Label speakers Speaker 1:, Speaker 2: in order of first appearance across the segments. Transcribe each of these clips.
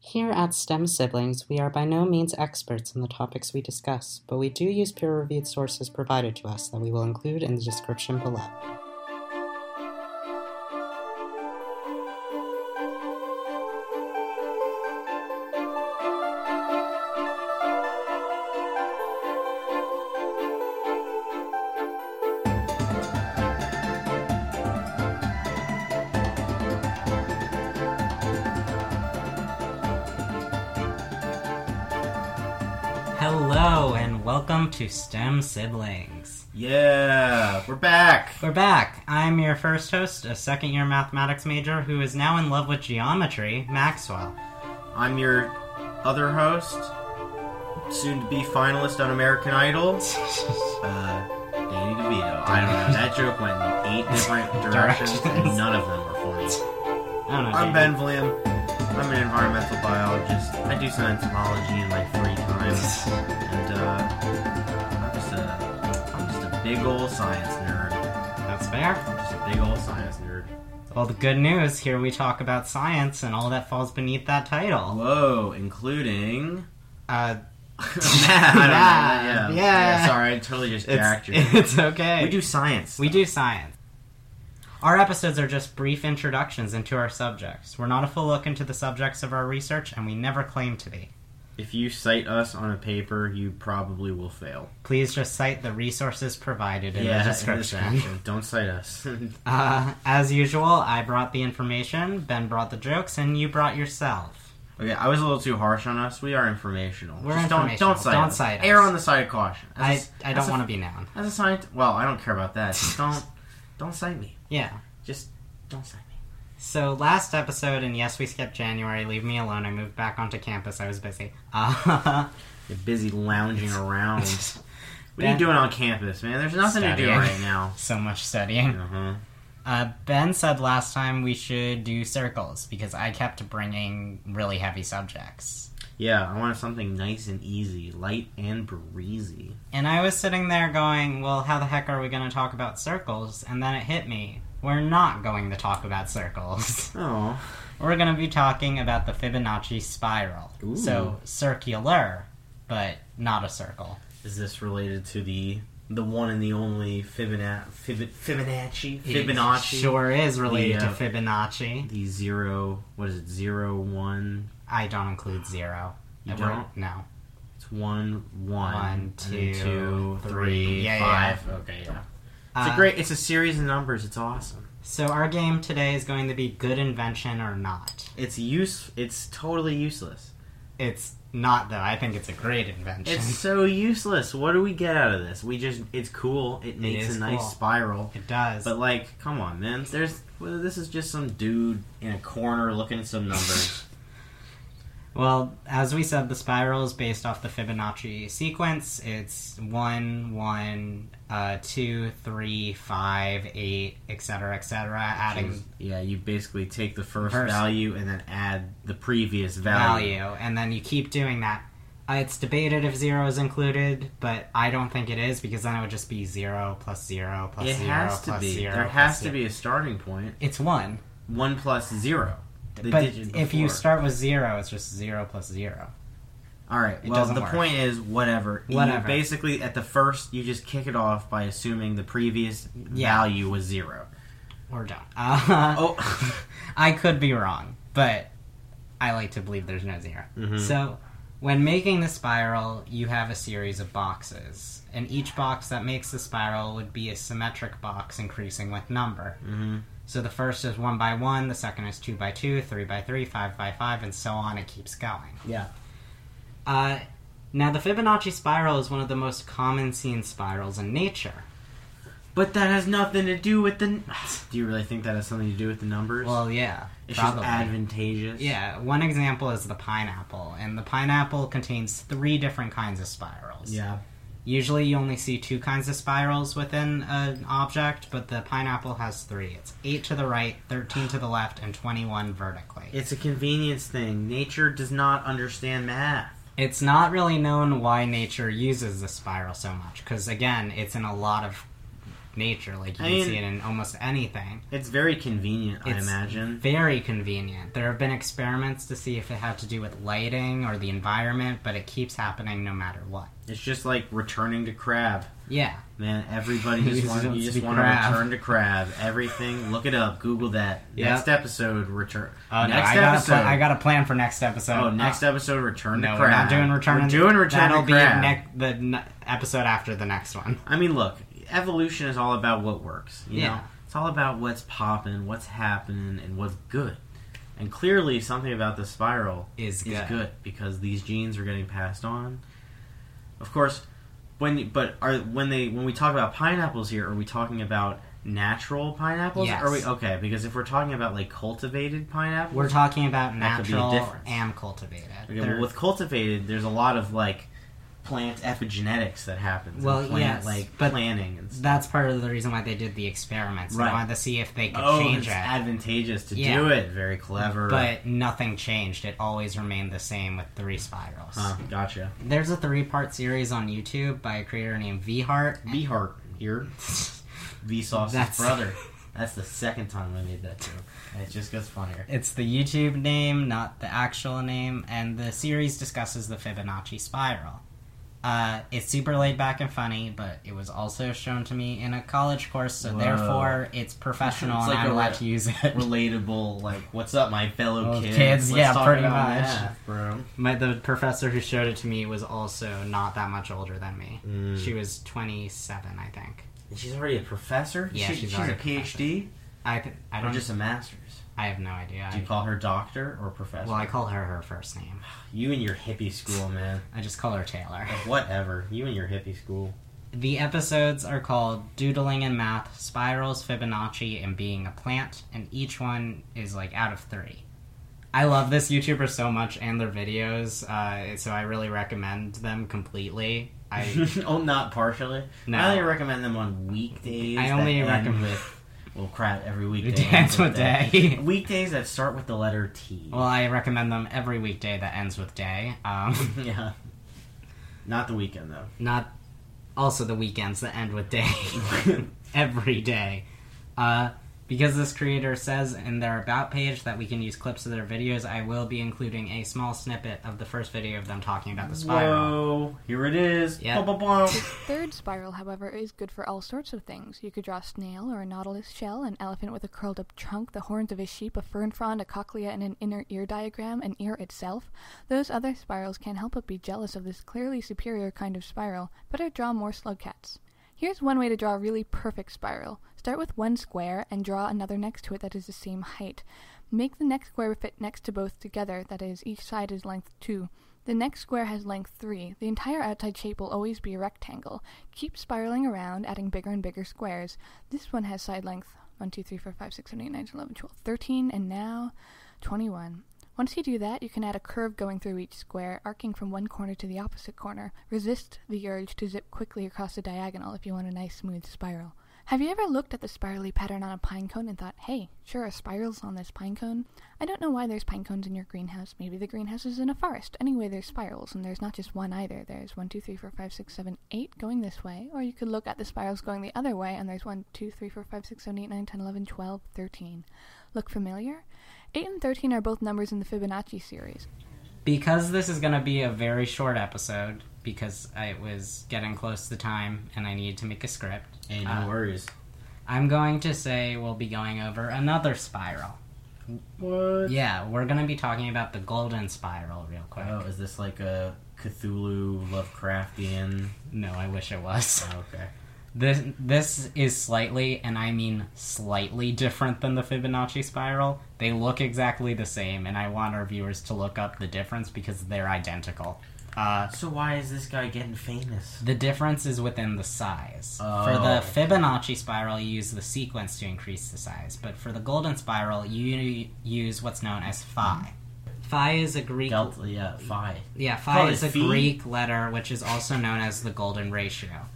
Speaker 1: Here at STEM Siblings, we are by no means experts in the topics we discuss, but we do use peer reviewed sources provided to us that we will include in the description below. Hello, and welcome to STEM Siblings.
Speaker 2: Yeah, we're back.
Speaker 1: We're back. I'm your first host, a second year mathematics major who is now in love with geometry, Maxwell.
Speaker 2: I'm your other host, soon to be finalist on American Idol, uh, Danny DeVito. I don't know. That joke went in eight different directions,
Speaker 1: Directions.
Speaker 2: and none of them were funny.
Speaker 1: I don't know.
Speaker 2: I'm Ben
Speaker 1: David.
Speaker 2: Vliam. I'm an environmental biologist. I do some entomology in my free time, and uh, I'm just a, I'm just a big old science nerd.
Speaker 1: That's fair.
Speaker 2: Just a big old science nerd.
Speaker 1: Well, the good news here we talk about science and all that falls beneath that title.
Speaker 2: Whoa, including.
Speaker 1: Uh,
Speaker 2: Math.
Speaker 1: Math,
Speaker 2: Yeah.
Speaker 1: yeah.
Speaker 2: Sorry, I totally just
Speaker 1: it's,
Speaker 2: jacked you.
Speaker 1: it's okay.
Speaker 2: We do science.
Speaker 1: We do science. Our episodes are just brief introductions into our subjects. We're not a full look into the subjects of our research, and we never claim to be.
Speaker 2: If you cite us on a paper, you probably will fail.
Speaker 1: Please just cite the resources provided in the description.
Speaker 2: Don't cite us.
Speaker 1: Uh, as usual, I brought the information, Ben brought the jokes, and you brought yourself.
Speaker 2: okay, I was a little too harsh on us. We are informational.
Speaker 1: We're
Speaker 2: Just
Speaker 1: informational.
Speaker 2: Don't, don't cite
Speaker 1: Don't
Speaker 2: us.
Speaker 1: cite us.
Speaker 2: Err on the side of caution.
Speaker 1: I, I don't want
Speaker 2: to.
Speaker 1: to be known.
Speaker 2: As a scientist, well, I don't care about that. Just don't, don't cite me.
Speaker 1: Yeah.
Speaker 2: Just don't cite me.
Speaker 1: So last episode, and yes, we skipped January. Leave me alone. I moved back onto campus. I was busy. Uh,
Speaker 2: You're busy lounging around. what are
Speaker 1: Ben-
Speaker 2: you doing on campus, man? There's nothing to
Speaker 1: Studying.
Speaker 2: do right now.
Speaker 1: so much studying.
Speaker 2: Uh-huh.
Speaker 1: Uh, ben said last time we should do circles because I kept bringing really heavy subjects.
Speaker 2: Yeah, I wanted something nice and easy, light and breezy.
Speaker 1: And I was sitting there going, well, how the heck are we going to talk about circles? And then it hit me. We're not going to talk about circles.
Speaker 2: Oh,
Speaker 1: We're going to be talking about the Fibonacci spiral.
Speaker 2: Ooh.
Speaker 1: So, circular, but not a circle.
Speaker 2: is this related to the the one and the only Fibonacci? Fib- Fibonacci? Fibonacci?
Speaker 1: It sure is related
Speaker 2: The, uh,
Speaker 1: to Fibonacci.
Speaker 2: The zero. What is it? Zero one.
Speaker 1: I don't include zero.
Speaker 2: You
Speaker 1: We're-
Speaker 2: don't?
Speaker 1: No.
Speaker 2: It's one one.
Speaker 1: One,
Speaker 2: and
Speaker 1: two,
Speaker 2: then two,
Speaker 1: three.
Speaker 2: three,
Speaker 1: Yeah, yeah,
Speaker 2: five. Okay, yeah. It's
Speaker 1: Uh,
Speaker 2: a great. It's a series of numbers. It's awesome.
Speaker 1: So, our game today is going to be good invention or not.
Speaker 2: It's use. It's totally useless.
Speaker 1: It's not though. I think it's a great invention.
Speaker 2: It's so useless. What do we get out of this? We just. It's cool. It makes
Speaker 1: is
Speaker 2: a nice
Speaker 1: cool.
Speaker 2: spiral.
Speaker 1: it does.
Speaker 2: But like, come on, man. There's well, this is just some dude in a corner looking at some numbers.
Speaker 1: well, as we said, the spiral is based off the Fibonacci sequence. It's one, one, uh, two, three, five, eight, etc., etc., adding
Speaker 2: yeah, you basically take the first
Speaker 1: First.
Speaker 2: value and then add the previous
Speaker 1: value.
Speaker 2: value.
Speaker 1: and then you keep doing that. Uh, it's debated if zero is included, but I don't think it is because then it would just be zero plus zero plus
Speaker 2: It
Speaker 1: zero
Speaker 2: has to
Speaker 1: plus
Speaker 2: be.
Speaker 1: zero.
Speaker 2: there
Speaker 1: plus
Speaker 2: has to
Speaker 1: zero.
Speaker 2: be a starting point.
Speaker 1: It's one,
Speaker 2: One plus zero. They
Speaker 1: but
Speaker 2: did it
Speaker 1: if you
Speaker 2: before.
Speaker 1: start with zero, it's just zero plus zero.
Speaker 2: all right,
Speaker 1: it
Speaker 2: well,
Speaker 1: doesn't
Speaker 2: the
Speaker 1: work.
Speaker 2: point is whatever. You
Speaker 1: Whatever.
Speaker 2: basically, at the first, you just kick it off by assuming the previous
Speaker 1: Yeah.
Speaker 2: value was zero.
Speaker 1: Or don't. Uh,
Speaker 2: Oh,
Speaker 1: I could be wrong, but I like to believe there's no 0
Speaker 2: Mhm.
Speaker 1: So, when making the spiral, you have a series of boxes, and each box that makes the spiral would be a symmetric box increasing with number.
Speaker 2: Mhm.
Speaker 1: So the first is one by one, the second is two by two, three by three, five by five, and so on. It keeps going.
Speaker 2: yeah.
Speaker 1: Uh, now, the Fibonacci spiral is one of the most common seen spirals in nature.
Speaker 2: But that has nothing to do with the. Do you really think that has something to do with the numbers?
Speaker 1: Well, yeah,
Speaker 2: it's
Speaker 1: probably.
Speaker 2: just advantageous.
Speaker 1: Yeah, one example is the pineapple, and the pineapple contains three different kinds of spirals.
Speaker 2: Yeah.
Speaker 1: Usually you only see two kinds of spirals within an object, but the pineapple has three. It's 8 to the right, 13 to the left, and 21 vertically.
Speaker 2: It's a convenience thing. Nature does not understand math.
Speaker 1: It's not really known why nature uses the spiral so much, because again, it's in a lot of nature. Like you
Speaker 2: I
Speaker 1: can
Speaker 2: mean-
Speaker 1: see it in almost anything.
Speaker 2: It's very convenient, I
Speaker 1: It's
Speaker 2: imagine.
Speaker 1: Very convenient. There have been experiments to see if it had to do with lighting or the environment, but it keeps happening no matter what.
Speaker 2: It's just like returning to crab.
Speaker 1: Yeah.
Speaker 2: Man, everybody
Speaker 1: You
Speaker 2: just
Speaker 1: just
Speaker 2: want
Speaker 1: don't
Speaker 2: you just
Speaker 1: speak
Speaker 2: want to
Speaker 1: crab.
Speaker 2: return to crab. Everything, look it up, Google that.
Speaker 1: Yeah.
Speaker 2: Next episode, return.
Speaker 1: Oh, no,
Speaker 2: Uh, next
Speaker 1: I got, a
Speaker 2: episode,
Speaker 1: pla- I got a plan for next episode.
Speaker 2: oh, next
Speaker 1: Uh,
Speaker 2: episode, return
Speaker 1: no,
Speaker 2: to crab.
Speaker 1: we're not doing return.
Speaker 2: We're doing return
Speaker 1: That'll
Speaker 2: to
Speaker 1: be
Speaker 2: crab.
Speaker 1: nec- the n- episode after the next one.
Speaker 2: I mean, look, evolution is all about what works. You
Speaker 1: Yeah.
Speaker 2: know, it's all about what's popping, what's happening, and what's good. And clearly, something about the spiral
Speaker 1: Is
Speaker 2: is
Speaker 1: good.
Speaker 2: good because these genes are getting passed on. Of course, when you- but are when they when we talk about pineapples here, are we talking about natural pineapples?
Speaker 1: Yes.
Speaker 2: Are we okay? Because if we're talking about like cultivated pineapples,
Speaker 1: We're talking about
Speaker 2: That could be a
Speaker 1: natural
Speaker 2: difference.
Speaker 1: and cultivated.
Speaker 2: okay,
Speaker 1: They're-
Speaker 2: well, with cultivated, there's a lot of like plant epigenetics that happens.
Speaker 1: Well,
Speaker 2: and plant,
Speaker 1: yes,
Speaker 2: like
Speaker 1: but
Speaker 2: planning and stuff.
Speaker 1: That's part of the reason why they did the experiments. They
Speaker 2: Right.
Speaker 1: wanted to see if they could
Speaker 2: oh,
Speaker 1: change
Speaker 2: it's
Speaker 1: it.
Speaker 2: advantageous to
Speaker 1: Yeah.
Speaker 2: do it. Very clever.
Speaker 1: But nothing changed. It always remained the same with three spirals.
Speaker 2: Huh, gotcha.
Speaker 1: There's a three part series on YouTube by a creator named V Heart.
Speaker 2: Beehart here. V Sauce's
Speaker 1: That's-
Speaker 2: brother. That's the second time I made that joke. And It just gets funnier.
Speaker 1: It's the YouTube name, not the actual name, and the series discusses the Fibonacci spiral. Uh, it's super laid back and funny, but it was also shown to me in a college course, so
Speaker 2: Whoa.
Speaker 1: therefore it's professional
Speaker 2: It's
Speaker 1: and
Speaker 2: like
Speaker 1: I'm
Speaker 2: a
Speaker 1: allowed
Speaker 2: re-
Speaker 1: to use it.
Speaker 2: Relatable, like, what's up, my fellow
Speaker 1: Well,
Speaker 2: kids?
Speaker 1: Oh, kids, yeah, pretty much.
Speaker 2: math, bro.
Speaker 1: My the professor who showed it to me was also not that much older than me.
Speaker 2: Mm.
Speaker 1: She was 27, I think.
Speaker 2: And she's already a professor?
Speaker 1: Yeah,
Speaker 2: She-
Speaker 1: she's
Speaker 2: she's,
Speaker 1: already
Speaker 2: a
Speaker 1: a professor.
Speaker 2: PhD?
Speaker 1: I th- I
Speaker 2: Or
Speaker 1: don't
Speaker 2: just a master's?
Speaker 1: I have no idea.
Speaker 2: Do you
Speaker 1: I,
Speaker 2: call her doctor or professor?
Speaker 1: well, I call her her first name.
Speaker 2: you and your hippie school, man.
Speaker 1: I just call her Taylor.
Speaker 2: Whatever. You and your hippie school.
Speaker 1: The episodes are called Doodling and Math, Spirals, Fibonacci, and Being a Plant, and each one is like out of three. I love this YouTuber so much and their videos, uh, so I really recommend them completely. I
Speaker 2: oh, not partially.
Speaker 1: No.
Speaker 2: I only recommend them on weekdays.
Speaker 1: I only
Speaker 2: that end
Speaker 1: recommend-
Speaker 2: with well, crap, every weekday.
Speaker 1: dance
Speaker 2: ends with
Speaker 1: with day.
Speaker 2: that. Weekdays that start with the letter T.
Speaker 1: Well, I recommend them every weekday that ends with day. Um,
Speaker 2: yeah. Not the weekend though.
Speaker 1: not also the weekends that end with day every day uh, because this creator says in their about page that we can use clips of their videos i will be including a small snippet of the first video of them talking about the spiral
Speaker 2: Whoa! Here it is.
Speaker 1: Yeah.
Speaker 2: Ba-ba-bum.
Speaker 3: The third spiral, however, is good for all sorts of things. You could draw a snail or a nautilus shell, an elephant with a curled up trunk, the horns of a sheep, a fern frond, a cochlea, and an inner ear diagram, an ear itself. Those other spirals can't help but be jealous of this clearly superior kind of spiral. Better draw more slug cats. Here's one way to draw a really perfect spiral. Start with one square and draw another next to it that is the same height. Make the next square fit next to both together, that is, each side is length 2. The next square has length 3. The entire outside shape will always be a rectangle. Keep spiraling around, adding bigger and bigger squares. This one has side length 1, 2, 3, 4, 5, 6, 7, 8, 9, 10, 11, 12, 13, and now 21. Once you do that, you can add a curve going through each square, arcing from one corner to the opposite corner. Resist the urge to zip quickly across the diagonal if you want a nice smooth spiral. Have you ever looked at the spirally pattern on a pine cone and thought, hey, sure are spirals on this pine cone? I don't know why there's pine cones in your greenhouse. Maybe the greenhouse is in a forest. Anyway, there's spirals, and there's not just one either. There's one, two, three, four, five, six, seven, eight going this way, or you could look at the spirals going the other way, and there's one, two, three, four, five, six, seven, eight, nine, ten, eleven, twelve, thirteen. Look familiar? 8 and 13 are both numbers in the Fibonacci series.
Speaker 1: because this is going to be a very short episode because I- it was getting close to the time and i needed to make a script
Speaker 2: Hey, no
Speaker 1: Uh,
Speaker 2: worries.
Speaker 1: i'm going to say we'll be going over another spiral
Speaker 2: What?
Speaker 1: yeah we're going to be talking about the golden spiral real quick
Speaker 2: Oh, is this like a Cthulhu Lovecraftian?
Speaker 1: no i wish it was
Speaker 2: Okay.
Speaker 1: This this is slightly, and I mean slightly different than the Fibonacci spiral. They look exactly the same, and I want our viewers to look up the difference because they're identical. Uh,
Speaker 2: So why is this guy getting famous?
Speaker 1: the difference is within the size. For
Speaker 2: Oh,
Speaker 1: the
Speaker 2: okay.
Speaker 1: Fibonacci spiral, you use the sequence to increase the size, but for the golden spiral, you use what's known as phi. Phi is a Greek
Speaker 2: Delta, yeah, Phi.
Speaker 1: yeah,
Speaker 2: Oh,
Speaker 1: phi is a
Speaker 2: phi?
Speaker 1: Greek letter which is also known as the golden ratio.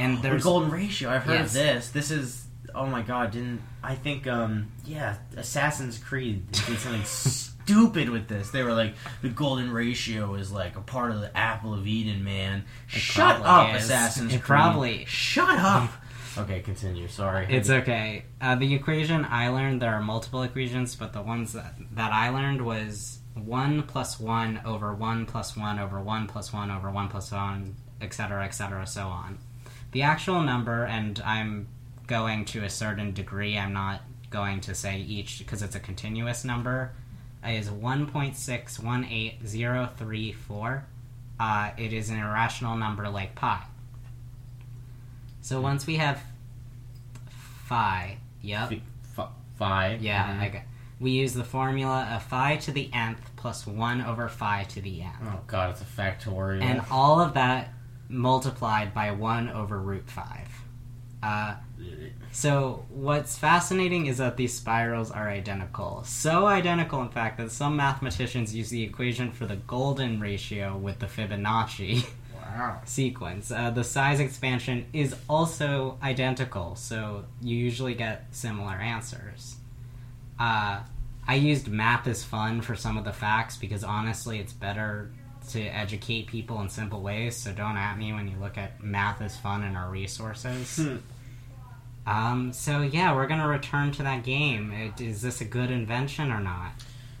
Speaker 1: And
Speaker 2: The
Speaker 1: there's
Speaker 2: golden ratio. I've heard
Speaker 1: Yes.
Speaker 2: of this. This is oh my god. Didn't I think? Um, yeah, Assassin's Creed did something stupid with this. They were like, the golden ratio is like a part of the apple of Eden, man. Shut
Speaker 1: probably
Speaker 2: up,
Speaker 1: is.
Speaker 2: Assassin's
Speaker 1: It
Speaker 2: Creed.
Speaker 1: probably-
Speaker 2: Shut up. Okay, continue. Sorry.
Speaker 1: It's okay. Uh, the equation I learned, there are multiple equations, but the ones that, that I learned was 1 plus 1 over 1 plus 1 over 1 plus 1 over 1 plus 1, etc., etc., so on. The actual number, and I'm going to a certain degree, I'm not going to say each because it's a continuous number, is 1.618034. Uh, it is an irrational number like pi. So once we have phi, yep,
Speaker 2: F- f- five.
Speaker 1: yeah,
Speaker 2: Mhm.
Speaker 1: I got- we use the formula of phi to the nth plus 1 over phi to the nth.
Speaker 2: Oh god, it's a factorial.
Speaker 1: And all of that multiplied by 1 over root 5. Uh, so what's fascinating is that these spirals are identical. So identical, in fact, that some mathematicians use the equation for the golden ratio with the Fibonacci
Speaker 2: wow.
Speaker 1: sequence. Uh, the size expansion is also identical, so you usually get similar answers. Uh, I used math is fun for some of the facts because honestly, it's better to educate people in simple ways, so don't at me when you look at math is fun in our resources.
Speaker 2: Hmm.
Speaker 1: Um, so yeah, we're gonna return to that game. It, is this a good invention or not?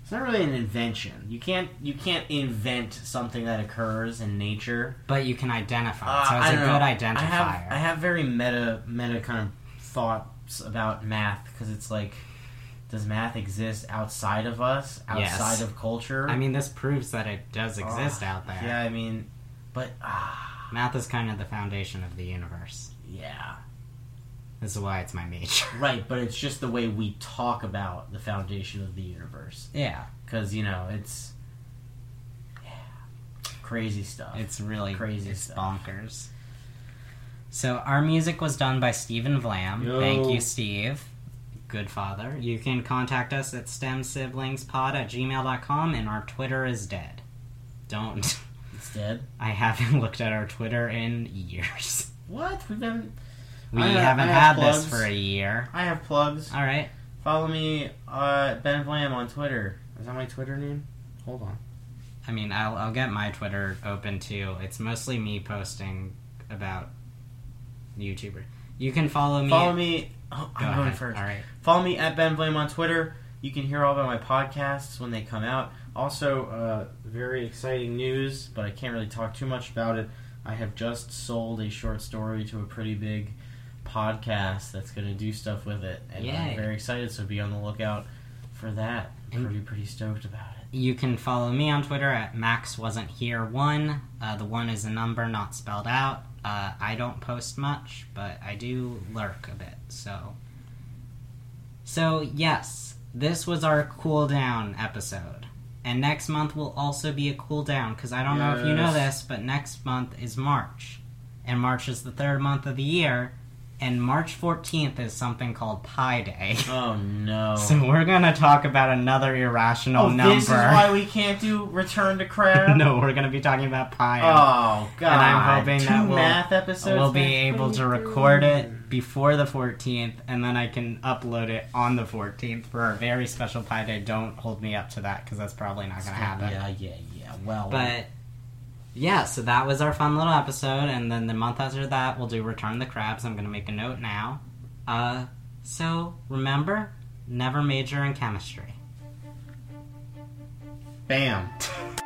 Speaker 2: It's not really an invention. You can't you can't invent something that occurs in nature.
Speaker 1: But you can identify.
Speaker 2: Uh,
Speaker 1: it, so it's
Speaker 2: I
Speaker 1: a
Speaker 2: don't
Speaker 1: good
Speaker 2: know.
Speaker 1: identifier.
Speaker 2: I have, I have very meta meta kind of thoughts about math because it's like, does math exist outside of us,
Speaker 1: Yes.
Speaker 2: outside of culture?
Speaker 1: I mean, this proves that it does
Speaker 2: Ugh,
Speaker 1: exist out there.
Speaker 2: Oh, Yeah, I mean, but ah,
Speaker 1: Math is kind of the foundation of the universe.
Speaker 2: yeah,
Speaker 1: This is why it's my major.
Speaker 2: right. But it's just the way we talk about the foundation of the universe
Speaker 1: Yeah,
Speaker 2: because you know it's yeah, crazy stuff.
Speaker 1: it's really
Speaker 2: Crazy
Speaker 1: it's
Speaker 2: stuff.
Speaker 1: bonkers. So our music was done by Stephen Vlam.
Speaker 2: Yo.
Speaker 1: Thank you, Steve. Good father. You can contact us at stemsiblingspod at gmail.com and our Twitter is dead. Don't.
Speaker 2: it's dead.
Speaker 1: I haven't looked at our Twitter in years.
Speaker 2: What we've been.
Speaker 1: We
Speaker 2: I have-
Speaker 1: haven't
Speaker 2: I
Speaker 1: had
Speaker 2: have
Speaker 1: this
Speaker 2: plugs.
Speaker 1: for a year.
Speaker 2: I have plugs.
Speaker 1: All right.
Speaker 2: Follow me, uh, Ben Vlam on Twitter. Is that my Twitter name? Hold on.
Speaker 1: I mean, I'll, I'll get my Twitter open too. It's mostly me posting about YouTuber. You can follow me.
Speaker 2: Follow me. Oh,
Speaker 1: Go
Speaker 2: I'm going
Speaker 1: ahead.
Speaker 2: first.
Speaker 1: All right.
Speaker 2: Follow me at Ben Blame on Twitter. You can hear all about my podcasts when they come out. Also, uh, very exciting news, but I can't really talk too much about it. I have just sold a short story to a pretty big podcast that's going to do stuff with it, and
Speaker 1: Yay.
Speaker 2: I'm very excited. So be on the lookout for that.
Speaker 1: And-
Speaker 2: Pretty pretty stoked about it.
Speaker 1: You can follow me on Twitter at Max Wasn't Here One. Uh, the one is a number not spelled out. Uh, I don't post much, but I do lurk a bit. So, so yes, this was our cool down episode, and next month will also be a cool down because I don't know if you know
Speaker 2: Yes.
Speaker 1: this, but next month is March, and March is the third month of the year, and March fourteenth is something called Pi Day.
Speaker 2: Oh no.
Speaker 1: So we're gonna talk about another irrational
Speaker 2: Oh,
Speaker 1: number.
Speaker 2: This is why we can't do Return to Crab.
Speaker 1: no, we're gonna be talking about pie.
Speaker 2: Oh god.
Speaker 1: I'm hoping
Speaker 2: Two
Speaker 1: that we'll-
Speaker 2: math episodes.
Speaker 1: we'll be
Speaker 2: next
Speaker 1: able
Speaker 2: week.
Speaker 1: to record it before the 14th, and then I can upload it on the 14th for a very special Pi Day. Don't hold me up to that because that's probably not gonna happen.
Speaker 2: Yeah, yeah, yeah. Well,
Speaker 1: But yeah, so that was our fun little episode, and then the month after that, we'll do Return the Crabs. I'm gonna make a note now. Uh, so remember, never major in chemistry.
Speaker 2: bam.